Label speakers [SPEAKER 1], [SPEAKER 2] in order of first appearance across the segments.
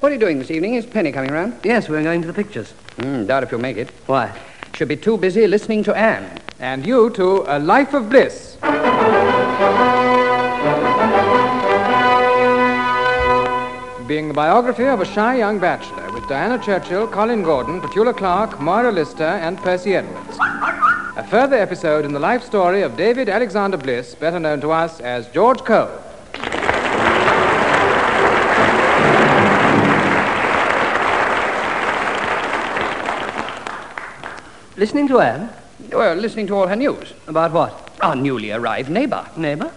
[SPEAKER 1] What are you doing this evening? Is Penny coming round?
[SPEAKER 2] Yes, we're going to the pictures.
[SPEAKER 1] Mm, doubt if you'll make it.
[SPEAKER 2] Why?
[SPEAKER 1] She'll be too busy listening to Anne.
[SPEAKER 3] And you to A Life of Bliss. Being the biography of a shy young bachelor with Diana Churchill, Colin Gordon, Petula Clark, Moira Lister, and Percy Edwards. A further episode in the life story of David Alexander Bliss, better known to us as George Cole.
[SPEAKER 2] Listening to Anne?
[SPEAKER 1] Well, listening to all her news.
[SPEAKER 2] About what?
[SPEAKER 1] Our newly arrived neighbor.
[SPEAKER 2] Neighbor?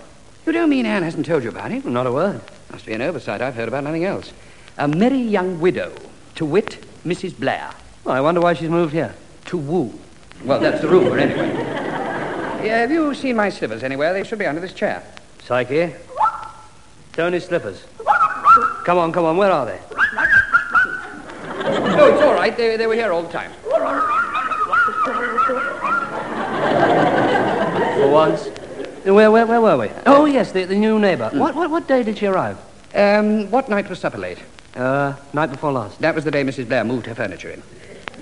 [SPEAKER 1] You don't mean Anne hasn't told you about it?
[SPEAKER 2] Not a word.
[SPEAKER 1] Must be an oversight. I've heard about nothing else. A merry young widow, to wit, Mrs. Blair,
[SPEAKER 2] Well, I wonder why she's moved here.
[SPEAKER 1] to woo. Well, that's the rumor, anyway. Yeah, have you seen my slippers anywhere? They should be under this chair.
[SPEAKER 2] Psyche? Tony's slippers. Come on, come on, where are they?
[SPEAKER 1] No, it's all right. They, they were here all the time.
[SPEAKER 2] For once. Where, where, where were we? Hmm. Oh, yes, the, the new neighbor. What, what, what day did she arrive?
[SPEAKER 1] Um, what night was supper late?
[SPEAKER 2] Uh, night before last.
[SPEAKER 1] That was the day Mrs. Blair moved her furniture in.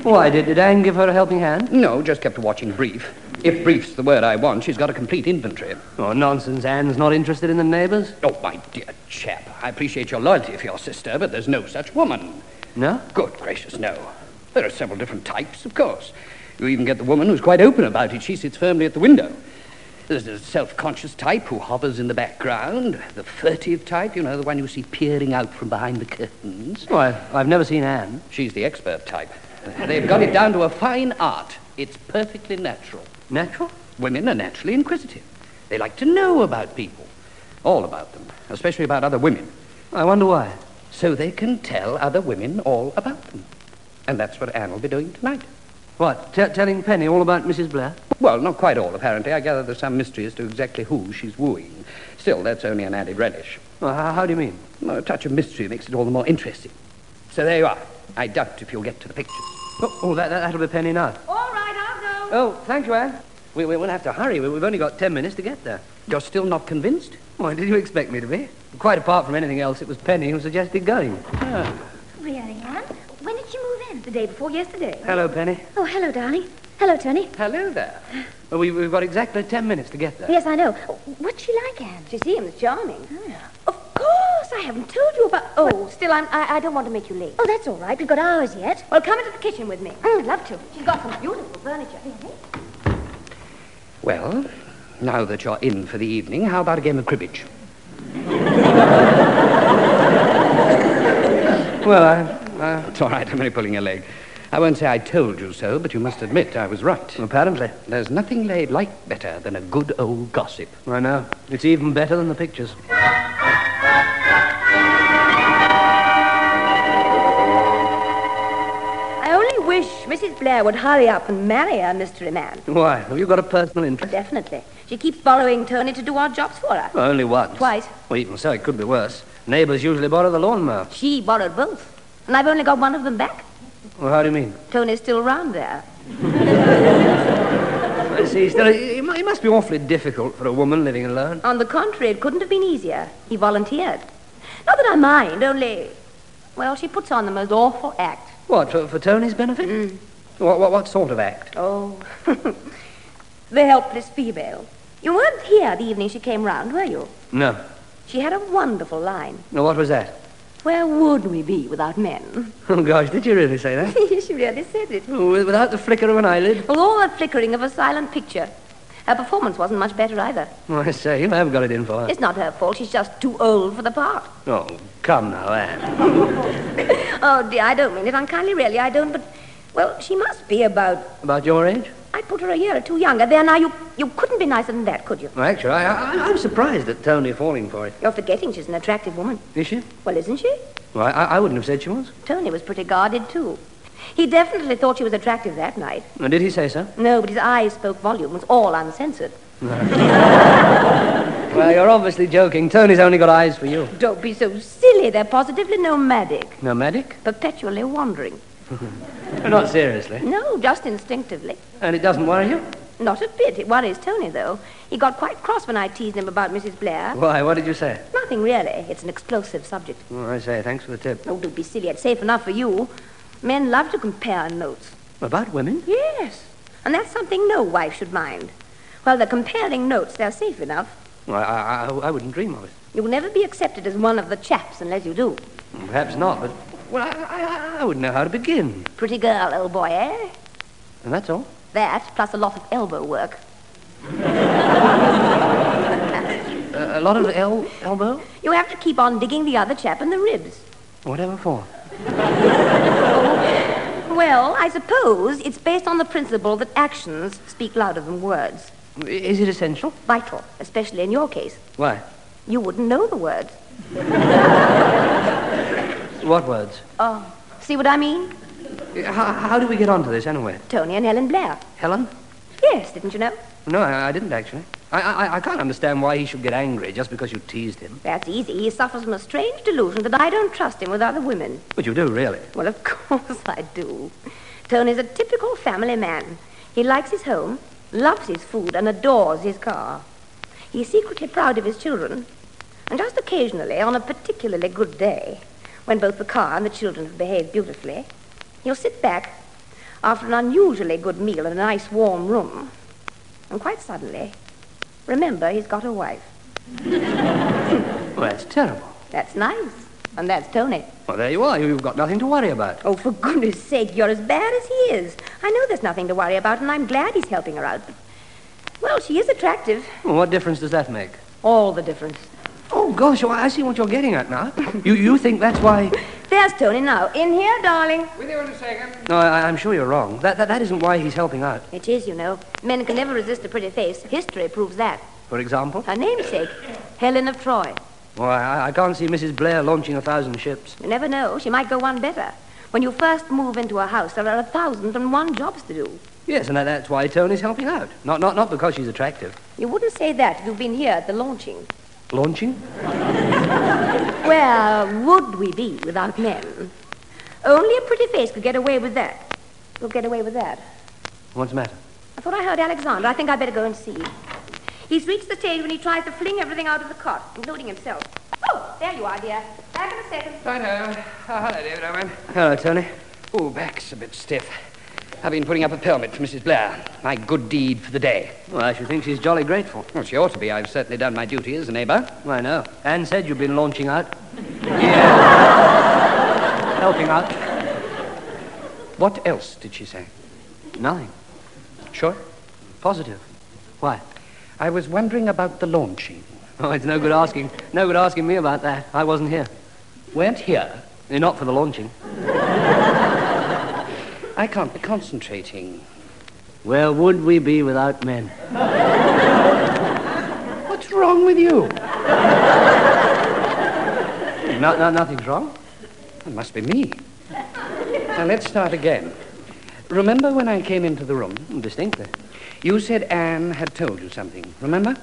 [SPEAKER 2] Why, did, did Anne give her a helping hand?
[SPEAKER 1] No, just kept watching Brief. If Brief's the word I want, she's got a complete inventory.
[SPEAKER 2] Oh, nonsense. Anne's not interested in the neighbors?
[SPEAKER 1] Oh, my dear chap, I appreciate your loyalty for your sister, but there's no such woman.
[SPEAKER 2] No?
[SPEAKER 1] Good gracious, no. There are several different types, of course. You even get the woman who's quite open about it. She sits firmly at the window. There's the self conscious type who hovers in the background, the furtive type, you know, the one you see peering out from behind the curtains.
[SPEAKER 2] Why, I've never seen Anne.
[SPEAKER 1] She's the expert type. They've got it down to a fine art. It's perfectly natural.
[SPEAKER 2] Natural?
[SPEAKER 1] Women are naturally inquisitive. They like to know about people, all about them, especially about other women,
[SPEAKER 2] I wonder why.
[SPEAKER 1] so they can tell other women all about them. And that's what Anne will be doing tonight.
[SPEAKER 2] What, t- telling Penny all about Mrs. Blair?
[SPEAKER 1] Well, not quite all, apparently. I gather there's some mystery as to exactly who she's wooing. Still, that's only an added relish.
[SPEAKER 2] Well, how, how do you mean?
[SPEAKER 1] Well, a touch of mystery makes it all the more interesting. So there you are. I doubt if you'll get to the pictures.
[SPEAKER 2] Oh, oh that, that, that'll be Penny now.
[SPEAKER 4] All right, I'll go.
[SPEAKER 2] Oh, thank you, Anne. We, we, we'll have to hurry. We, we've only got ten minutes to get there.
[SPEAKER 1] You're still not convinced?
[SPEAKER 2] Why did you expect me to be? Quite apart from anything else, it was Penny who suggested going.
[SPEAKER 4] Really, Anne? When did you move in? The day before yesterday.
[SPEAKER 2] Hello, Penny.
[SPEAKER 4] Oh, hello, darling. Hello, Tony.
[SPEAKER 1] Hello there.
[SPEAKER 2] Well, we, we've got exactly ten minutes to
[SPEAKER 5] Oh,
[SPEAKER 2] get there.
[SPEAKER 4] Yes, I know. What's she like, Anne?
[SPEAKER 5] She Oh. seems charming.
[SPEAKER 4] Of course, I haven't told you about.
[SPEAKER 5] Oh, still, I'm, I, I don't want to make you late.
[SPEAKER 4] Oh, that's all right. We've got hours yet.
[SPEAKER 5] Well, come into the kitchen with me.
[SPEAKER 4] I'd love to.
[SPEAKER 5] She's got some beautiful furniture.
[SPEAKER 1] Well, now that you're in for the evening, how about a game of cribbage?
[SPEAKER 2] Well, I,
[SPEAKER 1] It's all right, I'm only pulling a leg. I won't say I told you so, but you must admit I was right.
[SPEAKER 2] apparently.
[SPEAKER 1] There's nothing laid like better than a good old gossip.
[SPEAKER 2] I know. It's even better than the pictures.
[SPEAKER 5] I only wish Mrs. Blair would hurry up and marry her mystery man.
[SPEAKER 2] Why? Have you got a personal interest?
[SPEAKER 5] Definitely. She keeps borrowing Tony to do odd jobs for her.
[SPEAKER 2] Well, only once.
[SPEAKER 5] Twice.
[SPEAKER 2] Well, even so, it could be worse. Neighbors usually borrow the lawnmower.
[SPEAKER 5] She borrowed both. And I've only got one of them back.
[SPEAKER 2] Well, how do you mean?
[SPEAKER 5] Tony's still round there.
[SPEAKER 2] I see. Still, it, it mu- it must be awfully difficult for a woman living alone.
[SPEAKER 5] On the contrary, it couldn't have been easier. He volunteered. Not that I mind, only. Well, she puts on the most awful act.
[SPEAKER 2] What, for, for Tony's benefit? Mm. What, what, what sort of act?
[SPEAKER 5] Oh. the helpless female. You weren't here the evening she came round, were you?
[SPEAKER 2] No.
[SPEAKER 5] She had a wonderful line.
[SPEAKER 2] Now, what was that?
[SPEAKER 5] Where would we be without men?
[SPEAKER 2] Oh, gosh, did you really say that?
[SPEAKER 5] she really said it.
[SPEAKER 2] Oh, wi- Without the flicker of an eyelid?
[SPEAKER 5] With all that flickering of a silent picture. Her performance wasn't much better either.
[SPEAKER 2] Oh, I say, you have got it in for her.
[SPEAKER 5] It's not her fault. She's just too old for the part.
[SPEAKER 2] Oh, come now, Anne.
[SPEAKER 5] Oh, dear, I don't mean it unkindly, really. I don't, but. Well, she must be about.
[SPEAKER 2] About your age?
[SPEAKER 5] I put her a year or two younger. There, now, you, you couldn't be nicer than that, could you?
[SPEAKER 2] Well, actually, I, I, I'm surprised at Tony falling for it.
[SPEAKER 5] You're forgetting she's an attractive woman.
[SPEAKER 2] Is she?
[SPEAKER 5] Well, isn't she?
[SPEAKER 2] Well, I, I wouldn't have said she was.
[SPEAKER 5] Tony was pretty guarded, too. He definitely thought she was attractive that night.
[SPEAKER 2] Now, did he say so?
[SPEAKER 5] No, but his eyes spoke volumes, all uncensored.
[SPEAKER 2] Well, you're obviously joking. Tony's only got eyes for you.
[SPEAKER 5] Don't be so silly. They're positively nomadic,
[SPEAKER 2] Nomadic?
[SPEAKER 5] perpetually wandering.
[SPEAKER 2] Not seriously.
[SPEAKER 5] No, just instinctively.
[SPEAKER 2] And it doesn't worry you?
[SPEAKER 5] Not a bit. It worries Tony, though. He got quite cross when I teased him about Mrs. Blair.
[SPEAKER 2] Why, what did you say?
[SPEAKER 5] Nothing really. It's an explosive subject.
[SPEAKER 2] Oh, I say, thanks for the tip.
[SPEAKER 5] Oh, don't be silly. It's safe enough for you. Men love to compare notes.
[SPEAKER 2] About women?
[SPEAKER 5] Yes. And that's something no wife should mind. Well, they're comparing notes. They're safe enough.
[SPEAKER 2] Well, I, I, I wouldn't dream of it.
[SPEAKER 5] You'll never be accepted as one of the chaps unless you do.
[SPEAKER 2] Perhaps not, but, well, I, I, I wouldn't know how to begin.
[SPEAKER 5] Pretty girl, old boy, eh?
[SPEAKER 2] And that's all.
[SPEAKER 5] That, plus a lot of elbow work.
[SPEAKER 2] A, a lot of el- elbow?
[SPEAKER 5] You have to keep on digging the other chap in the ribs.
[SPEAKER 2] Whatever for.
[SPEAKER 5] Well, I suppose it's based on the principle that actions speak louder than words.
[SPEAKER 2] I- Is it essential?
[SPEAKER 5] Vital, especially in your case.
[SPEAKER 2] Why?
[SPEAKER 5] You wouldn't know the words.
[SPEAKER 2] What words?
[SPEAKER 5] Oh, see what I mean?
[SPEAKER 2] How, how do we get on to this, anyway?
[SPEAKER 5] Tony and Helen Blair.
[SPEAKER 2] Helen?
[SPEAKER 5] Yes, didn't you know?
[SPEAKER 2] No, I, I didn't, actually. I, I, I can't understand why he should get angry just because you teased him.
[SPEAKER 5] That's easy. He suffers from a strange delusion that I don't trust him with other women.
[SPEAKER 2] But you do, really.
[SPEAKER 5] Well, of course I do. Tony's a typical family man. He likes his home, loves his food, and adores his car. He's secretly proud of his children. And just occasionally, on a particularly good day, when both the car and the children have behaved beautifully, he'll sit back after an unusually good meal in a nice warm room. And quite suddenly, remember he's got a wife.
[SPEAKER 2] Well, that's terrible.
[SPEAKER 5] That's nice. And that's Tony.
[SPEAKER 2] Well, there you are. You've got nothing to worry about.
[SPEAKER 5] Oh, for goodness sake, you're as bad as he is. I know there's nothing to worry about, and I'm glad he's helping her out. But, well, she is attractive.
[SPEAKER 2] Well, what difference does that make?
[SPEAKER 5] All the difference.
[SPEAKER 2] Oh, gosh, oh, I see what you're getting at now. you, you think that's why...
[SPEAKER 5] There's Tony now. In here, darling.
[SPEAKER 3] With you in a second.
[SPEAKER 2] No, I, I'm sure you're wrong. That, that, that isn't why he's helping out.
[SPEAKER 5] It is, you know. Men can never resist a pretty face. History proves that.
[SPEAKER 2] For example?
[SPEAKER 5] Her namesake, Helen of Troy.
[SPEAKER 2] Well, I, I can't see Mrs. Blair launching a thousand ships.
[SPEAKER 5] You never know. She might go one better. When you first move into a house, there are a thousand and one jobs to do.
[SPEAKER 2] Yes, and that, that's why Tony's helping out. Not, not, not because she's attractive.
[SPEAKER 5] You wouldn't say that if you've been here at the launching.
[SPEAKER 2] Launching?
[SPEAKER 5] Where would we be without men? Only a pretty face could get away with that. Could get away with that.
[SPEAKER 2] What's the matter?
[SPEAKER 5] I thought I heard Alexander. I think I'd better go and see. He's reached the stage when he tries to fling everything out of the cot, including himself. Oh, there you are, dear. Back in a second.
[SPEAKER 3] Righto. Oh, hello, David Owen.
[SPEAKER 2] Hello, Tony.
[SPEAKER 1] Oh, back's a bit stiff. I've been putting up a permit for Mrs. Blair. My good deed for the day.
[SPEAKER 2] Well, I should think she's jolly grateful.
[SPEAKER 1] Well, she ought to be. I've certainly done my duty as a neighbor.
[SPEAKER 2] I know. Anne said you've been launching out. Helping out.
[SPEAKER 1] What else did she say?
[SPEAKER 2] Nothing.
[SPEAKER 1] Sure.
[SPEAKER 2] Positive. Why?
[SPEAKER 1] I was wondering about the launching.
[SPEAKER 2] Oh, it's no good asking. No good asking me about that. I wasn't here.
[SPEAKER 1] Weren't here.
[SPEAKER 2] Eh, Not for the launching.
[SPEAKER 1] I can't be concentrating.
[SPEAKER 2] Where would we be without men?
[SPEAKER 1] What's wrong with you?
[SPEAKER 2] No, no, nothing's wrong.
[SPEAKER 1] It must be me. Now, let's start again. Remember when I came into the room? Mm,
[SPEAKER 2] Distinctly.
[SPEAKER 1] You said Anne had told you something, remember?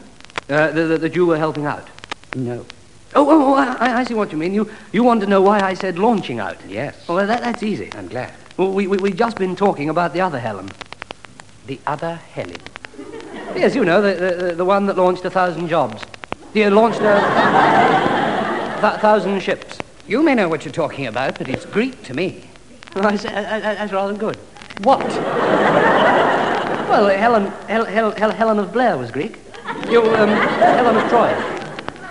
[SPEAKER 2] Uh, th- th- that you were helping out.
[SPEAKER 1] No.
[SPEAKER 2] Oh, oh, oh I, I see what you mean. You, you want to know why I said launching out.
[SPEAKER 1] Yes.
[SPEAKER 2] Well, that, that's easy.
[SPEAKER 1] I'm glad.
[SPEAKER 2] Well, we, we, we've just been talking about the other Helen.
[SPEAKER 1] The other Helen.
[SPEAKER 2] Yes, you know, the, the, the one that launched a thousand jobs. The uh, launched a th- thousand ships.
[SPEAKER 1] You may know what you're talking about, but it's Greek to me.
[SPEAKER 2] Well, that's, that- that's rather good.
[SPEAKER 1] What?
[SPEAKER 2] Well, Helen, Hel, Hel, Hel, Helen of Blair was Greek. You, um, Helen of Troy.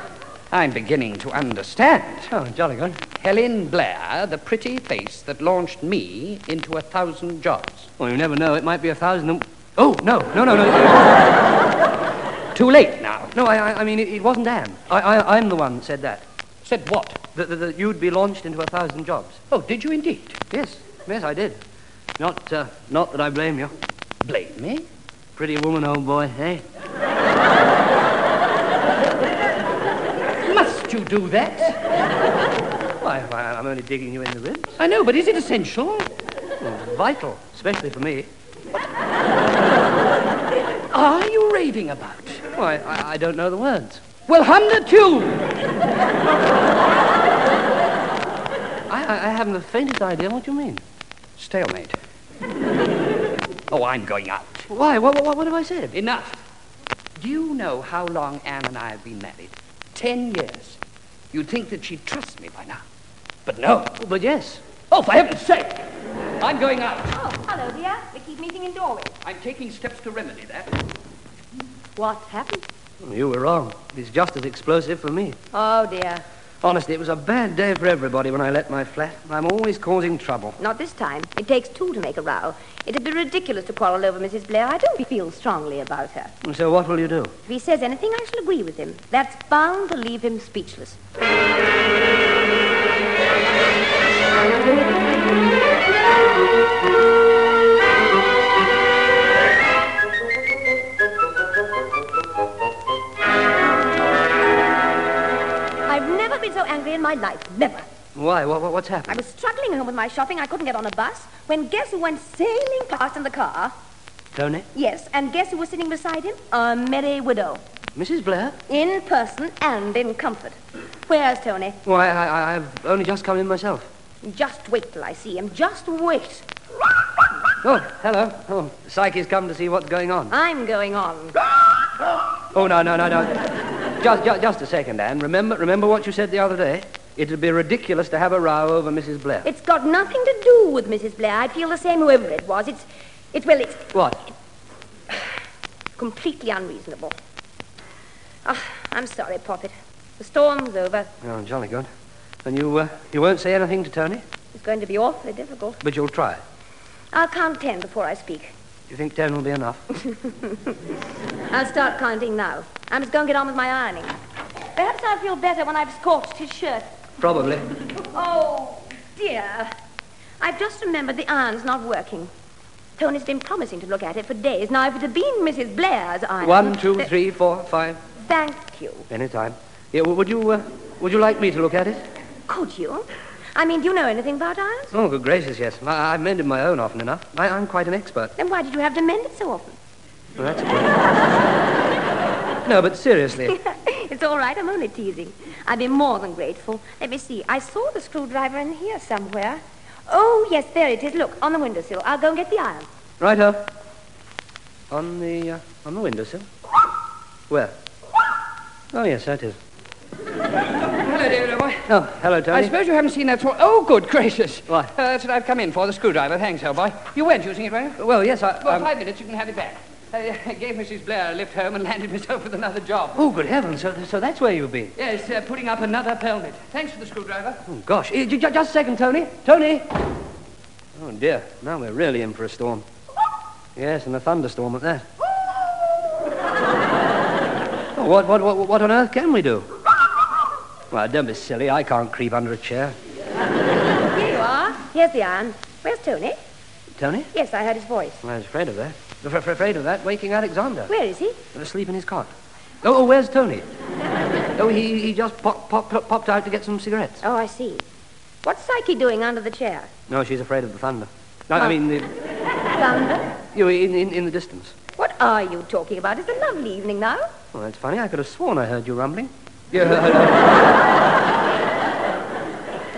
[SPEAKER 1] I'm beginning to understand.
[SPEAKER 2] Oh, jolly good.
[SPEAKER 1] Helen Blair, the pretty face that launched me into a thousand jobs.
[SPEAKER 2] Well, you never know. It might be a thousand and... Oh, no, no, no, no.
[SPEAKER 1] Too late now.
[SPEAKER 2] No, I, I- I mean, it, it wasn't Anne. I, I, I'm the one that said that.
[SPEAKER 1] Said what?
[SPEAKER 2] That, that, that you'd be launched into a thousand jobs.
[SPEAKER 1] Oh, did you indeed?
[SPEAKER 2] Yes, yes, I did. Not, uh, not that I blame you.
[SPEAKER 1] Blame me?
[SPEAKER 2] Pretty woman, old boy, eh?
[SPEAKER 1] Must you do that?
[SPEAKER 2] Why, why, I'm only digging you in the ribs.
[SPEAKER 1] I know, but is it essential?
[SPEAKER 2] Vital, especially for me.
[SPEAKER 1] Are you raving about?
[SPEAKER 2] Why, I, I don't know the words.
[SPEAKER 1] Well, hum the tune.
[SPEAKER 2] I, I, I haven't the faintest idea what you mean.
[SPEAKER 1] Stalemate. Oh, I'm going out.
[SPEAKER 2] Why? What, what, what have I said?
[SPEAKER 1] Enough. Do you know how long Anne and I have been married? Ten years. You'd think that she'd trust me by now. But no.
[SPEAKER 2] But yes.
[SPEAKER 1] Oh, for heaven's sake! I'm going out.
[SPEAKER 5] Oh, hello, dear. We keep meeting in doorways.
[SPEAKER 1] I'm taking steps to remedy that.
[SPEAKER 5] What happened?
[SPEAKER 2] You were wrong. It's just as explosive for me.
[SPEAKER 5] Oh, dear.
[SPEAKER 2] Honestly, it was a bad day for everybody when I let my flat. I'm always causing trouble.
[SPEAKER 5] Not this time. It takes two to make a row. It'd be ridiculous to quarrel over Mrs. Blair. I don't feel strongly about her.
[SPEAKER 2] And So what will you do?
[SPEAKER 5] If he says anything, I shall agree with him. That's bound to leave him speechless. I've never been so angry in my life. Never.
[SPEAKER 2] Why? What, what- what's
[SPEAKER 5] I
[SPEAKER 2] happened?
[SPEAKER 5] was struggling home with my shopping. I couldn't get on a bus. When guess who went sailing past in the car?
[SPEAKER 2] Tony?
[SPEAKER 5] Yes, and guess who was sitting beside him? A merry widow.
[SPEAKER 2] Mrs. Blair?
[SPEAKER 5] In person and in comfort. Where's Tony?
[SPEAKER 2] Why, I, I, I've only just come in myself.
[SPEAKER 5] Just wait till I see him. Just wait.
[SPEAKER 2] Oh, hello. Oh, Psyche's come to see what's going on.
[SPEAKER 5] I'm going on.
[SPEAKER 2] Oh, no, no, no, no. Just, just, just a second, Anne. Remember, remember what you said the other day? It'd be ridiculous to have a row over Mrs. Blair.
[SPEAKER 5] It's got nothing to do with Mrs. Blair. I feel the same whoever it was. It's, it's well, it's
[SPEAKER 2] What?
[SPEAKER 5] completely unreasonable. Ah, I'm sorry, Poppet. The storm's over.
[SPEAKER 2] Oh, jolly good. And you, uh, you won't say anything to Tony,
[SPEAKER 5] It's going to be awfully difficult.
[SPEAKER 2] but you'll try.
[SPEAKER 5] I'll count ten before I speak.
[SPEAKER 2] You think ten will be enough?
[SPEAKER 5] I'll start counting now. I must go and get on with my ironing. Perhaps I'll feel better when I've scorched his shirt.
[SPEAKER 2] Probably.
[SPEAKER 5] Oh, dear. I've just remembered the iron's not working. Tony's been promising to look at it for days. Now, if it had been Mrs. Blair's iron...
[SPEAKER 2] One, two,
[SPEAKER 5] Th-
[SPEAKER 2] three, four, five.
[SPEAKER 5] Thank you.
[SPEAKER 2] Any time. Yeah, w- would you, uh, would you like me to look at it?
[SPEAKER 5] Could you? I mean, do you know anything about irons?
[SPEAKER 2] Oh, good gracious, yes. I, I've mended my own often enough. I, I'm quite an expert.
[SPEAKER 5] Then why did you have to mend it so often?
[SPEAKER 2] Well, that's good. no, but seriously.
[SPEAKER 5] it's all right. I'm only teasing. I'd be more than grateful. Let me see. I saw the screwdriver in here somewhere. Oh, yes, there it is. Look, on the windowsill. I'll go and get the iron.
[SPEAKER 2] Righto. On the, uh, on the windowsill? Where? Oh, yes, that is.
[SPEAKER 1] Hello, David. Boy.
[SPEAKER 2] Oh, hello,
[SPEAKER 1] I
[SPEAKER 2] Tony.
[SPEAKER 1] suppose you haven't seen that sort. Oh, good gracious.
[SPEAKER 2] Why?
[SPEAKER 1] Uh, that's what I've come in for, the screwdriver. Thanks, old boy. You weren't using it, were you?
[SPEAKER 2] Well, yes, I...
[SPEAKER 1] Well,
[SPEAKER 2] um,
[SPEAKER 1] five minutes, you can have it back. I uh, gave Mrs. Blair a lift home and landed myself with another job.
[SPEAKER 2] Oh, good heavens, so, so that's where you've been.
[SPEAKER 1] Yes, uh, putting up another pelmet. Thanks for the screwdriver.
[SPEAKER 2] Oh, gosh. Eh, ju- ju- Just a second, Tony. Tony! Oh, dear. Now we're really in for a storm. Yes, and a thunderstorm at that. oh, what, what, what, what on earth can we do? Well, don't be silly. I can't creep under a chair.
[SPEAKER 5] Here you are. Here's the iron. Where's Tony?
[SPEAKER 2] Tony?
[SPEAKER 5] Yes, I heard his voice.
[SPEAKER 2] I was afraid of that. Af- af- afraid of that, waking Alexander.
[SPEAKER 5] Where is he?
[SPEAKER 2] Asleep in his cot. Oh, oh, where's Tony? oh, he, he just pop, pop, pop, popped out to get some cigarettes.
[SPEAKER 5] Oh, I see. What's Psyche doing under the chair?
[SPEAKER 2] No, she's afraid of the thunder. No, I
[SPEAKER 5] Oh.
[SPEAKER 2] mean, the,
[SPEAKER 5] Thunder?
[SPEAKER 2] you in, in, in the distance.
[SPEAKER 5] What are you talking about? It's a lovely evening now.
[SPEAKER 2] Well, that's funny. I could have sworn I heard you rumbling.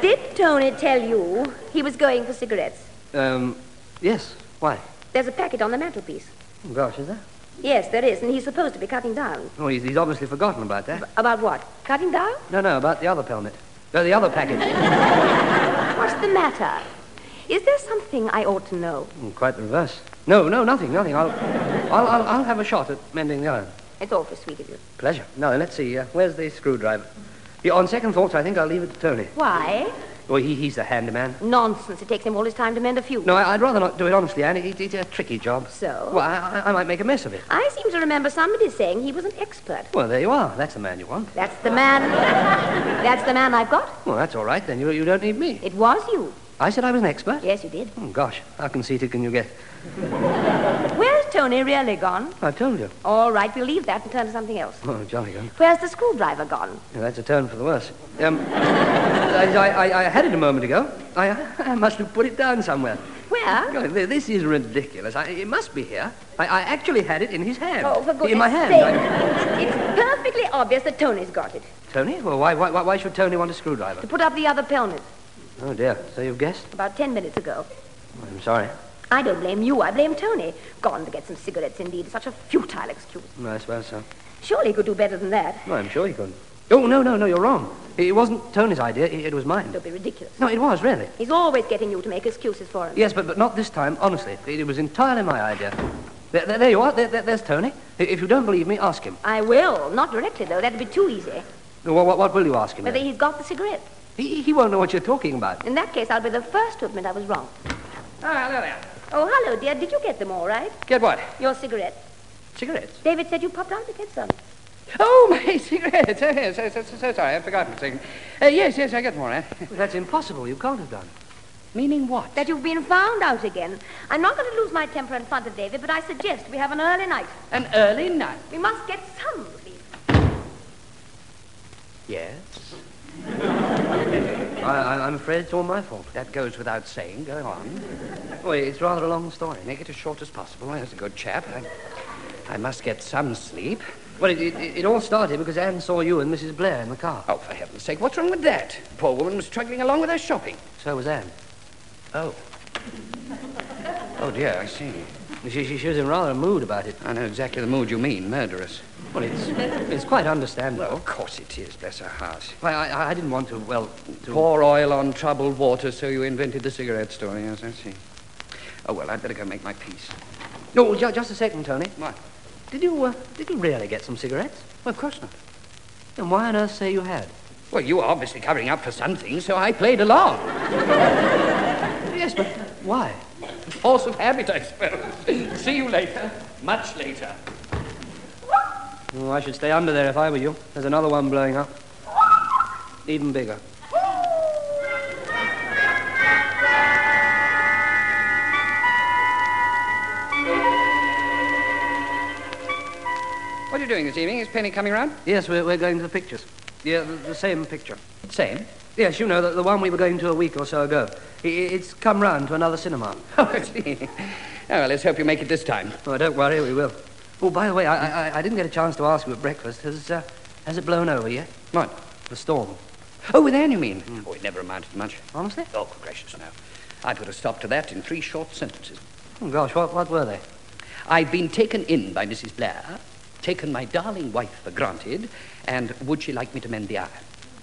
[SPEAKER 5] Did Tony tell you he was going for cigarettes?
[SPEAKER 2] Um, yes. Why?
[SPEAKER 5] There's a packet on the mantelpiece.
[SPEAKER 2] Oh, gosh, is there?
[SPEAKER 5] Yes, there is, and he's supposed to be cutting down.
[SPEAKER 2] Oh, he's, he's obviously forgotten about that.
[SPEAKER 5] About what? Cutting down?
[SPEAKER 2] No, no, about the other pelmet. No, the other package.
[SPEAKER 5] What's the matter? Is there something I ought to know?
[SPEAKER 2] Mm, Quite the reverse. No, no, nothing, nothing. I'll, I'll, I'll, I'll have a shot at mending the iron.
[SPEAKER 5] It's awfully sweet of you.
[SPEAKER 2] Pleasure. Now, let's see. Uh, where's the screwdriver? Yeah, on second thoughts, I think I'll leave it to Tony.
[SPEAKER 5] Why?
[SPEAKER 2] Well, he, he's the handyman.
[SPEAKER 5] Nonsense. It takes him all his time to mend a few.
[SPEAKER 2] No, I, I'd rather not do it honestly, Anne. It, it's a tricky job.
[SPEAKER 5] So?
[SPEAKER 2] Well, I, I- I might make a mess of it.
[SPEAKER 5] I seem to remember somebody saying he was an expert.
[SPEAKER 2] Well, there you are. That's the man you want.
[SPEAKER 5] That's the man. That's the man I've got.
[SPEAKER 2] Well, that's all right, then. You, you don't need me.
[SPEAKER 5] It was you.
[SPEAKER 2] I said I was an expert.
[SPEAKER 5] Yes, you did.
[SPEAKER 2] Oh, gosh, how conceited can you get?
[SPEAKER 5] Where's Tony really gone?
[SPEAKER 2] I told you.
[SPEAKER 5] All right, we'll leave that and turn to something else.
[SPEAKER 2] Oh, jolly good.
[SPEAKER 5] Where's the screwdriver gone?
[SPEAKER 2] Yeah, that's a turn for the worse. Um, I, I, I had it a moment ago. I, I must have put it down somewhere.
[SPEAKER 5] Where?
[SPEAKER 2] God, th- this is ridiculous. I, it must be here. I, I actually had it in his hand.
[SPEAKER 5] Oh, for goodness
[SPEAKER 2] In my hand.
[SPEAKER 5] sake.
[SPEAKER 2] I-
[SPEAKER 5] It's perfectly obvious that Tony's got it.
[SPEAKER 2] Tony? Well, why, why, why- why should Tony want a screwdriver?
[SPEAKER 5] To put up the other pelmet
[SPEAKER 2] Oh, dear. So you've guessed?
[SPEAKER 5] about ten minutes ago.
[SPEAKER 2] I'm sorry.
[SPEAKER 5] I don't blame you. I blame Tony. Gone to get some cigarettes, indeed. Such a futile excuse.
[SPEAKER 2] No, I suppose so.
[SPEAKER 5] Surely you could do better than that.
[SPEAKER 2] No, I'm sure he couldn't. Oh, no, no, no, you're wrong. It wasn't Tony's idea. It, it was mine.
[SPEAKER 5] Don't be ridiculous.
[SPEAKER 2] No, it was, really.
[SPEAKER 5] He's always getting you to make excuses for him.
[SPEAKER 2] Yes, but, but not this time, honestly. It, it was entirely my idea. There, there, there you are. There, there- there's Tony. I- If you don't believe me, ask him.
[SPEAKER 5] I will. Not directly, though. That'd be too easy.
[SPEAKER 2] What, what, what will you ask him?
[SPEAKER 5] Whether
[SPEAKER 2] then?
[SPEAKER 5] he's got the cigarette.
[SPEAKER 2] He, he won't know what you're talking about.
[SPEAKER 5] In that case, I'll be the first to admit I was wrong.
[SPEAKER 1] Ah, there they are.
[SPEAKER 5] Oh, hello, dear. Did you get them all right?
[SPEAKER 1] Get what?
[SPEAKER 5] Your cigarette.
[SPEAKER 1] Cigarettes.
[SPEAKER 5] David said you popped out to get some.
[SPEAKER 1] Oh, my cigarettes. Oh, yes. So, so, so, so sorry. I'd forgotten for a second. Uh, yes, yes, I get them all right.
[SPEAKER 2] Well, that's impossible. You can't have done.
[SPEAKER 1] Meaning what?
[SPEAKER 5] That you've been found out again. I'm not going to lose my temper in front of David, but I suggest we have an early night.
[SPEAKER 1] An early night.
[SPEAKER 5] We must get some relief.
[SPEAKER 1] Yes.
[SPEAKER 2] I, I, I'm afraid it's all my fault.
[SPEAKER 1] That goes without saying. Go on.
[SPEAKER 2] Well, it's rather a long story.
[SPEAKER 1] Make it as short as possible. That's a good chap. I, I must get some sleep.
[SPEAKER 2] Well, it, it, it all started because Anne saw you and Mrs. Blair in the car.
[SPEAKER 1] Oh, for heaven's sake, what's wrong with that? The poor woman was struggling along with her shopping.
[SPEAKER 2] So was Anne.
[SPEAKER 1] Oh. Oh, dear, I see.
[SPEAKER 2] She, she, she was in rather a mood about it.
[SPEAKER 1] I know exactly the mood you mean, murderous.
[SPEAKER 2] Well, it's, it's quite understandable.
[SPEAKER 1] Well, of course it is, bless her heart.
[SPEAKER 2] Why, I, I didn't want to, well, to...
[SPEAKER 1] Pour oil on troubled water, so you invented the cigarette story. Yes, I see. Oh, well, I'd better go make my peace.
[SPEAKER 2] No, ju- just a second, Tony.
[SPEAKER 1] What?
[SPEAKER 2] Did you, uh, did you really get some cigarettes?
[SPEAKER 1] Well, of course not.
[SPEAKER 2] Then why on earth say you had?
[SPEAKER 1] Well, you were obviously covering up for something, so I played along.
[SPEAKER 2] Yes, but why?
[SPEAKER 1] Force of habit, I suppose. see you later. Much later.
[SPEAKER 2] Oh, I should stay under there if I were you. There's another one blowing up. Even bigger.
[SPEAKER 1] What are you doing this evening? Is Penny coming round?
[SPEAKER 2] Yes, we're, we're going to the pictures. Yeah, the, the same picture.
[SPEAKER 1] Same.
[SPEAKER 2] Yes, you know, the, the one we were going to a week or so ago. I- I- it's come round to another cinema.
[SPEAKER 1] Oh, I see. Oh, well, let's hope you make it this time.
[SPEAKER 2] Oh, don't worry, we will. Oh, by the way, I, I, I didn't get a chance to ask you at breakfast. Has, uh, has it blown over yet?
[SPEAKER 1] What?
[SPEAKER 2] The storm.
[SPEAKER 1] Oh, with Anne, you mean? Oh, it never amounted to much.
[SPEAKER 2] Honestly?
[SPEAKER 1] Oh, gracious, no. I put a stop to that in three short sentences.
[SPEAKER 2] Oh, gosh, what, what were they?
[SPEAKER 1] I've been taken in by Mrs. Blair, taken my darling wife for granted, and would she like me to mend the iron?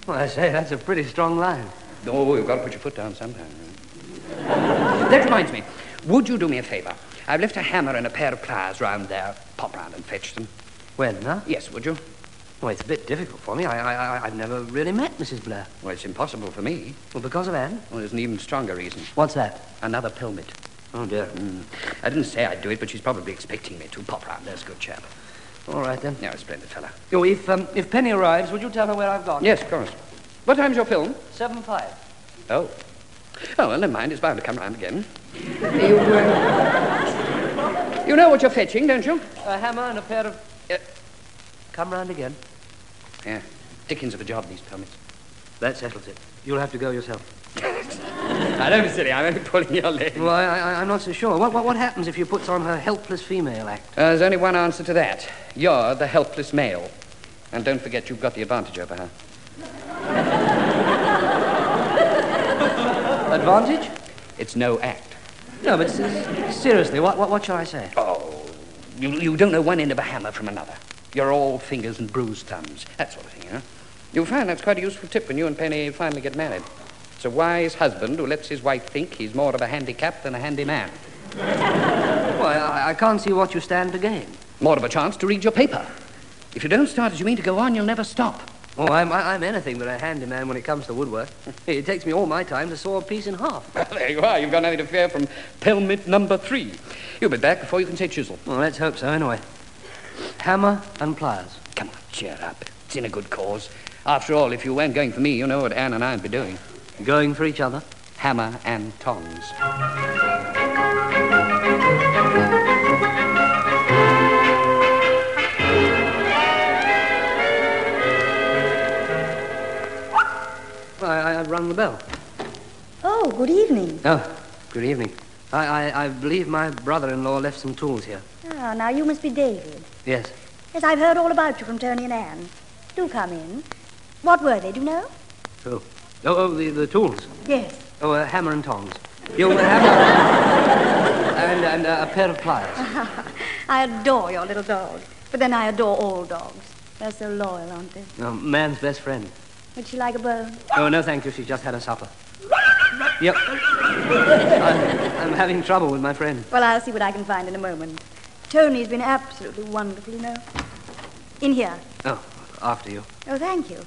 [SPEAKER 2] Well, I say, that's a pretty strong line.
[SPEAKER 1] Oh, you've got to put your foot down sometime. that reminds me. Would you do me a favor? I've left a hammer and a pair of pliers round there. Pop round and fetch them.
[SPEAKER 2] When, huh?
[SPEAKER 1] Yes, would you?
[SPEAKER 2] Well, it's a bit difficult for me. I, I, I, I've never really met Mrs. Blair.
[SPEAKER 1] Well, it's impossible for me.
[SPEAKER 2] Well, because of Anne?
[SPEAKER 1] Well, there's an even stronger reason.
[SPEAKER 2] What's that?
[SPEAKER 1] Another pelmet.
[SPEAKER 2] Oh, dear.
[SPEAKER 1] Mm. I didn't say I'd do it, but she's probably expecting me to. Pop round. There's a good chap.
[SPEAKER 2] All right, then.
[SPEAKER 1] No, a splendid fellow.
[SPEAKER 2] Oh, if, um, if Penny arrives, would you tell her where I've gone?
[SPEAKER 1] Yes, of course. What time's your film?
[SPEAKER 2] 7-5.
[SPEAKER 1] Oh. Oh, well, never mind. It's bound to come round again. you, uh, you know what you're fetching, don't you?
[SPEAKER 2] A hammer and a pair of... uh,
[SPEAKER 1] Yeah.
[SPEAKER 2] Come round again.
[SPEAKER 1] Yeah. Dickens of a job, these permits.
[SPEAKER 2] That settles it. You'll have to go yourself.
[SPEAKER 1] I don't be silly. I'm only pulling your leg.
[SPEAKER 2] Well, I, I, I'm not so sure. What, what, what happens if you puts on her helpless female act?
[SPEAKER 1] Uh, there's only one answer to that. You're the helpless male. And don't forget you've got the advantage over her.
[SPEAKER 2] Advantage?
[SPEAKER 1] It's no act.
[SPEAKER 2] No, but s- seriously, what, what, what shall I say?
[SPEAKER 1] Oh, you, you don't know one end of a hammer from another. You're all fingers and bruised thumbs. That sort of thing, you know. You'll find that's quite a useful tip when you and Penny finally get married. It's a wise husband who lets his wife think he's more of a handicap than a handy man.
[SPEAKER 2] Well, I, I can't see what you stand to gain.
[SPEAKER 1] More of a chance to read your paper. If you don't start as you mean to go on, you'll never stop.
[SPEAKER 2] Oh, I'm, I- I'm anything but a handyman when it comes to woodwork. It takes me all my time to saw a piece in half.
[SPEAKER 1] Well, there you are. You've got nothing to fear from pelmet number three. You'll be back before you can say chisel.
[SPEAKER 2] Well, let's hope so, anyway. Hammer and pliers.
[SPEAKER 1] Come on, cheer up. It's in a good cause. After all, if you weren't going for me, you know what Anne and I'd be doing.
[SPEAKER 2] Going for each other.
[SPEAKER 1] Hammer and tongs.
[SPEAKER 2] Well, I, I, I've rung the bell.
[SPEAKER 6] Oh, good evening.
[SPEAKER 2] Oh, good evening. I, I, I believe my brother-in-law left some tools here.
[SPEAKER 6] Ah, now you must be David.
[SPEAKER 2] Yes.
[SPEAKER 6] Yes, I've heard all about you from Tony and Anne. Do come in. What were they, do you know?
[SPEAKER 2] Oh, oh the, the tools.
[SPEAKER 6] Yes.
[SPEAKER 2] Oh, a hammer and tongs. You uh, hammer. and, and uh, a pair of pliers.
[SPEAKER 5] I adore your little dog. But then I adore all dogs. They're so loyal, aren't they?
[SPEAKER 2] Oh, man's best friend.
[SPEAKER 5] Would she like a bone?
[SPEAKER 2] Oh, no, thank you. She's just had her supper. Yep. I'm, I'm having trouble with my friend.
[SPEAKER 5] Well, I'll see what I can find in a moment. Tony's been absolutely wonderful, you know. In here.
[SPEAKER 2] Oh, after you.
[SPEAKER 5] Oh, thank you.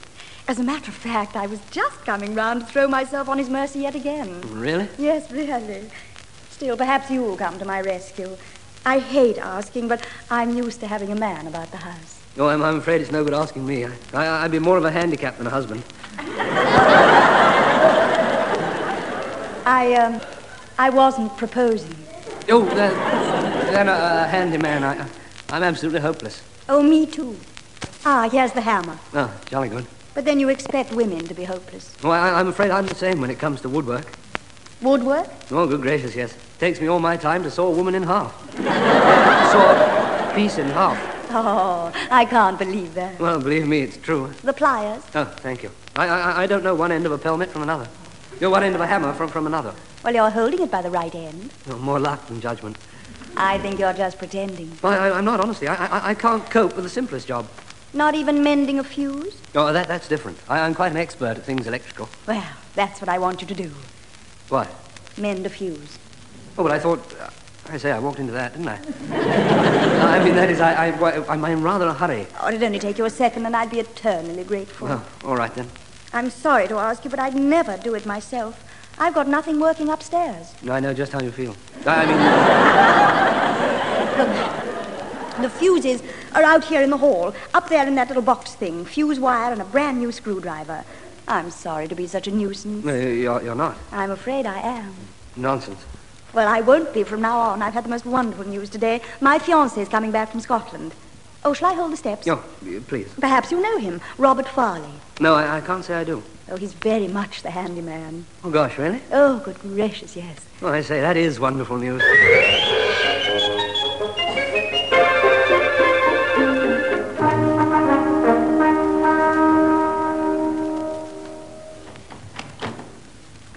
[SPEAKER 5] As a matter of fact, I was just coming round to throw myself on his mercy yet again.
[SPEAKER 2] Really?
[SPEAKER 5] Yes, really. Still, perhaps you will come to my rescue. I hate asking, but I'm used to having a man about the house.
[SPEAKER 2] Oh, I'm, I'm afraid it's no good asking me. I, I, I'd be more of a handicap than a husband.
[SPEAKER 5] I, um, I wasn't proposing.
[SPEAKER 2] Oh, uh, then a, a handyman. I, I'm absolutely hopeless.
[SPEAKER 5] Oh, me too. Ah, here's the hammer.
[SPEAKER 2] Oh, jolly good.
[SPEAKER 5] But then you expect women to be hopeless.
[SPEAKER 2] Well, I, I'm afraid I'm the same when it comes to woodwork.
[SPEAKER 5] Woodwork?
[SPEAKER 2] Oh, good gracious, yes. Takes me all my time to saw a woman in half. saw a piece in half.
[SPEAKER 5] Oh, I can't believe that.
[SPEAKER 2] Well, believe me, it's true.
[SPEAKER 5] The pliers?
[SPEAKER 2] Oh, thank you. I, I, I don't know one end of a pelmet from another. You're one end of a hammer from, from another.
[SPEAKER 5] Well, you're holding it by the right end.
[SPEAKER 2] No, more luck than judgment.
[SPEAKER 5] I think you're just pretending.
[SPEAKER 2] I, I, I'm not, honestly. I, I, I can't cope with the simplest job.
[SPEAKER 5] Not even mending a fuse?
[SPEAKER 2] Oh, that, that's different. I, I'm quite an expert at things electrical.
[SPEAKER 5] Well, that's what I want you to do.
[SPEAKER 2] Why?
[SPEAKER 5] Mend a fuse.
[SPEAKER 2] Oh, well, I thought... Uh, I say, I walked into that, didn't I? I mean, that is, I, I, why, I'm in rather a hurry.
[SPEAKER 5] Oh, it'd only take you a second, and I'd be eternally grateful.
[SPEAKER 2] Well, all right, then.
[SPEAKER 5] I'm sorry to ask you, but I'd never do it myself. I've got nothing working upstairs.
[SPEAKER 2] I know just how you feel. I mean,
[SPEAKER 5] The fuses are out here in the hall, up there in that little box thing, fuse wire and a brand new screwdriver. I'm sorry to be such a nuisance.
[SPEAKER 2] no, you're, you're not.
[SPEAKER 5] I'm afraid I am.
[SPEAKER 2] Nonsense.
[SPEAKER 5] Well, I won't be from now on. I've had the most wonderful news today. My fiancé is coming back from Scotland. Oh, shall I hold the steps?
[SPEAKER 2] No, please.
[SPEAKER 5] Perhaps you know him, Robert Farley.
[SPEAKER 2] No, I, I can't say I do.
[SPEAKER 5] Oh, he's very much the handyman.
[SPEAKER 2] Oh, gosh, really?
[SPEAKER 5] Oh, good gracious, yes.
[SPEAKER 2] Well, I say, that is wonderful news.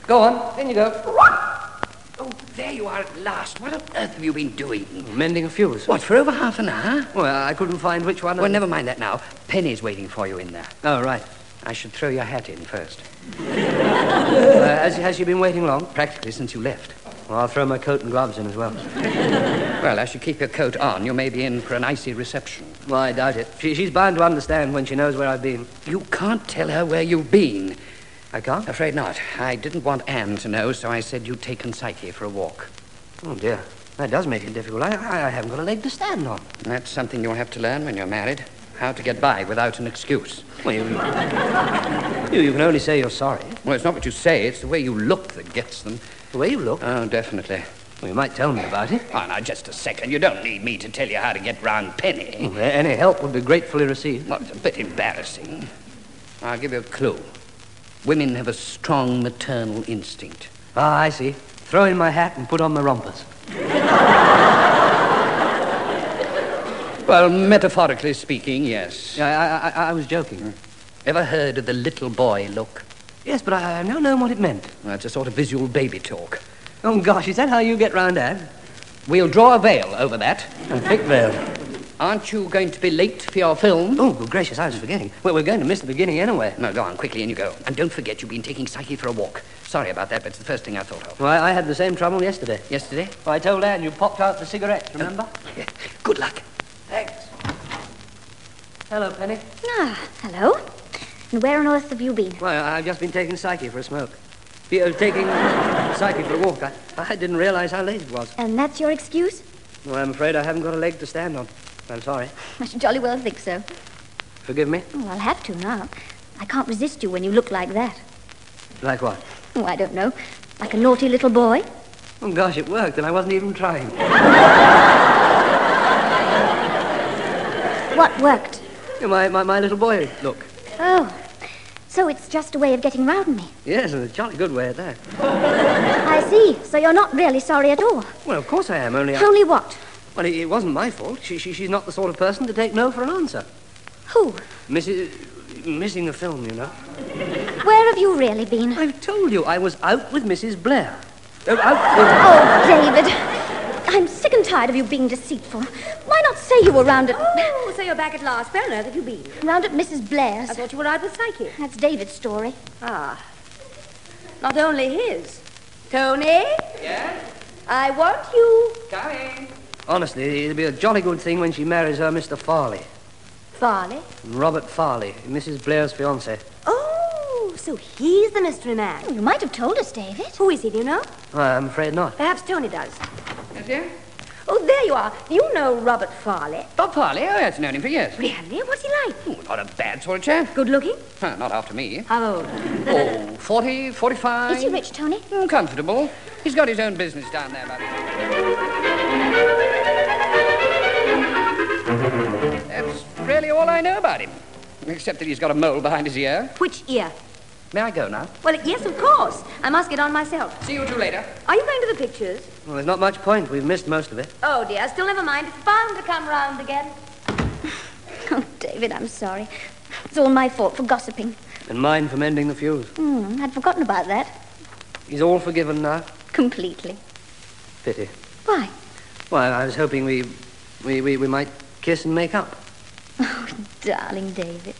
[SPEAKER 2] Go on, in you go.
[SPEAKER 1] Oh, there you are at last. What on earth have you been doing?
[SPEAKER 2] Mending a fuse.
[SPEAKER 1] What, for over half an hour?
[SPEAKER 2] Well, I couldn't find which one.
[SPEAKER 1] Well, never mind that now. Penny's waiting for you in there.
[SPEAKER 2] Oh, right.
[SPEAKER 1] I should throw your hat in first,
[SPEAKER 2] Uh, has, has she been waiting long?
[SPEAKER 1] practically since you left.
[SPEAKER 2] Well, I'll throw my coat and gloves in as well.
[SPEAKER 1] Well, I should keep your coat on. You may be in for an icy reception.
[SPEAKER 2] Well, I doubt it. She, she's bound to understand when she knows where I've been.
[SPEAKER 1] You can't tell her where you've been.
[SPEAKER 2] I can't?
[SPEAKER 1] Afraid not. I didn't want Anne to know, so I said you'd taken Psyche for a walk.
[SPEAKER 2] Oh, dear. That does make it difficult. I, I, I haven't got a leg to stand on.
[SPEAKER 1] And that's something you'll have to learn when you're married. How to get by without an excuse.
[SPEAKER 2] Well, you, you, you can only say you're sorry.
[SPEAKER 1] Well, it's not what you say, it's the way you look that gets them.
[SPEAKER 2] The way you look.
[SPEAKER 1] Oh, definitely.
[SPEAKER 2] Well, you might tell me about it.
[SPEAKER 1] Oh, now, just a second. You don't need me to tell you how to get round Penny.
[SPEAKER 2] Well, Any help would be gratefully received.
[SPEAKER 1] Well, it's a bit embarrassing. I'll give you a clue. Women have a strong maternal instinct.
[SPEAKER 2] Ah, I see. Throw in my hat and put on my rompers.
[SPEAKER 1] Well, metaphorically speaking, yes.
[SPEAKER 2] I, I, I, I was joking.
[SPEAKER 1] Ever heard of the little boy look?
[SPEAKER 2] Yes, but I, I now know what it meant.
[SPEAKER 1] Well, it's a sort of visual baby talk.
[SPEAKER 2] Oh, gosh, is that how you get round Anne?
[SPEAKER 1] We'll draw a veil over that.
[SPEAKER 2] A thick veil.
[SPEAKER 1] Aren't you going to be late for your film?
[SPEAKER 2] Oh, good gracious, I was forgetting. Well, we're going to miss the beginning anyway.
[SPEAKER 1] No, go on, quickly, in you go. And don't forget you've been taking Psyche for a walk. Sorry about that, but it's the first thing I thought of.
[SPEAKER 2] Well, I, I had the same trouble yesterday. Uh,
[SPEAKER 1] Yesterday?
[SPEAKER 2] I told Anne you popped out the cigarettes, remember?
[SPEAKER 1] Yeah. Good luck.
[SPEAKER 2] Thanks. Hello, Penny.
[SPEAKER 4] Ah, hello. And where on earth have you been?
[SPEAKER 2] Well, I've just been taking Psyche for a smoke. Be- uh, Taking Psyche for a walk. I, I didn't realize how late it was.
[SPEAKER 4] And that's your excuse?
[SPEAKER 2] Well, I'm afraid I haven't got a leg to stand on. I'm sorry.
[SPEAKER 4] I should jolly well think so.
[SPEAKER 2] Forgive me.
[SPEAKER 4] Well, Oh, I'll have to now. I can't resist you when you look like that.
[SPEAKER 2] Like what?
[SPEAKER 4] Oh, I don't know. Like a naughty little boy.
[SPEAKER 2] Oh, gosh, it worked, and I wasn't even trying.
[SPEAKER 4] What worked?
[SPEAKER 2] My, my, my little boy, look.
[SPEAKER 4] Oh. So it's just a way of getting round me.
[SPEAKER 2] Yes, and a jolly good way at that.
[SPEAKER 4] I see. So you're not really sorry at all.
[SPEAKER 2] Well, of course I am, only I...
[SPEAKER 4] Only what?
[SPEAKER 2] Well, it, it wasn't my fault. She, she, she's not the sort of person to take no for an answer.
[SPEAKER 4] Who?
[SPEAKER 2] Mrs... Missing the film, you know.
[SPEAKER 4] Where have you really been?
[SPEAKER 2] I've told you I was out with Mrs. Blair. Oh, out with...
[SPEAKER 4] Oh, David. I'm sick and tired of you being deceitful. Why not say you were round at
[SPEAKER 5] Oh, so you're back at last. Where on earth have you been?
[SPEAKER 4] round at Mrs. Blair's?
[SPEAKER 5] I thought you were out with Psyche.
[SPEAKER 4] That's David's story.
[SPEAKER 5] Ah. Not only his. Tony? Yes? I want you.
[SPEAKER 2] Honestly, it'd be a jolly good thing when she marries her Mr. Farley.
[SPEAKER 5] Farley?
[SPEAKER 2] Robert Farley, Mrs. Blair's fiancé.
[SPEAKER 5] Oh, so he's the mystery man.
[SPEAKER 4] Oh, you might have told us, David.
[SPEAKER 5] Who is he, do you know?
[SPEAKER 2] I'm afraid not.
[SPEAKER 5] Perhaps Tony does. Oh, there you are. You know Robert Farley.
[SPEAKER 1] Bob Farley? Oh, yes, known him for years.
[SPEAKER 5] Really? What's he like?
[SPEAKER 1] Oh, not a bad sort of chap.
[SPEAKER 5] Good looking?
[SPEAKER 1] Huh, not after me.
[SPEAKER 5] How old?
[SPEAKER 1] Oh, 40, 45.
[SPEAKER 4] Is he rich, Tony?
[SPEAKER 1] Mm, comfortable. He's got his own business down there, buddy. That's really all I know about him. Except that he's got a mole behind his ear.
[SPEAKER 5] Which ear?
[SPEAKER 1] May I go now?
[SPEAKER 5] Well, yes, of course. I must get on myself.
[SPEAKER 1] See you two later.
[SPEAKER 5] Are you going to the pictures?
[SPEAKER 2] Well, there's not much point. We've missed most of it.
[SPEAKER 5] Oh, dear. Still, never mind. It's bound to come round again.
[SPEAKER 4] Oh, David, I'm sorry. It's all my fault for gossiping.
[SPEAKER 2] And mine from ending the fuse.
[SPEAKER 4] Hmm, I'd forgotten about that.
[SPEAKER 2] He's all forgiven now.
[SPEAKER 4] Completely.
[SPEAKER 2] Pity.
[SPEAKER 4] Why?
[SPEAKER 2] Well, I was hoping we, we, we, we might kiss and make up.
[SPEAKER 4] Oh, darling David.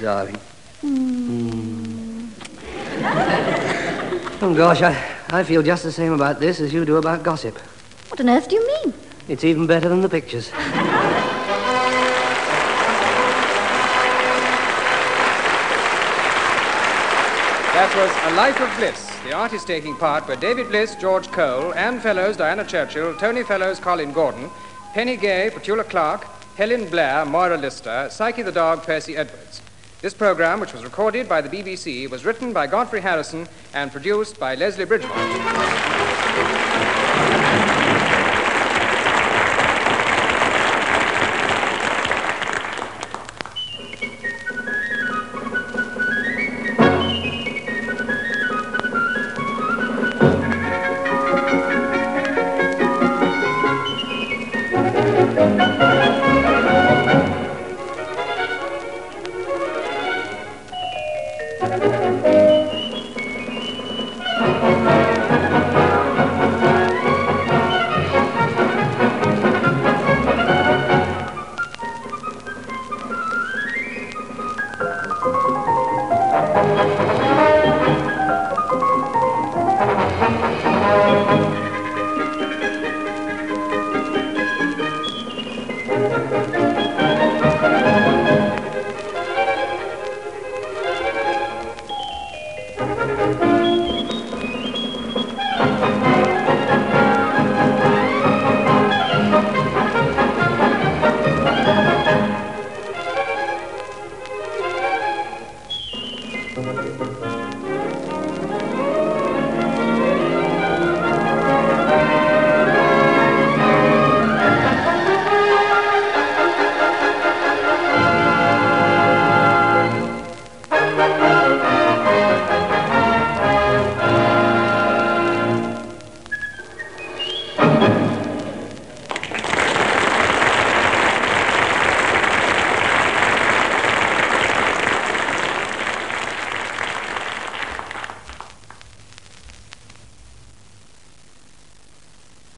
[SPEAKER 2] Darling. Mm. oh, gosh, I, I feel just the same about this as you do about gossip.
[SPEAKER 4] What on earth do you mean?
[SPEAKER 2] It's even better than the pictures.
[SPEAKER 3] That was A Life of Bliss, the artist taking part were David Bliss, George Cole, Anne Fellows, Diana Churchill, Tony Fellows, Colin Gordon, Penny Gay, Petula Clark, Helen Blair, Moira Lister, Psyche the dog, Percy Edwards. This program, which was recorded by the BBC, was written by Godfrey Harrison and produced by Leslie Bridgewater.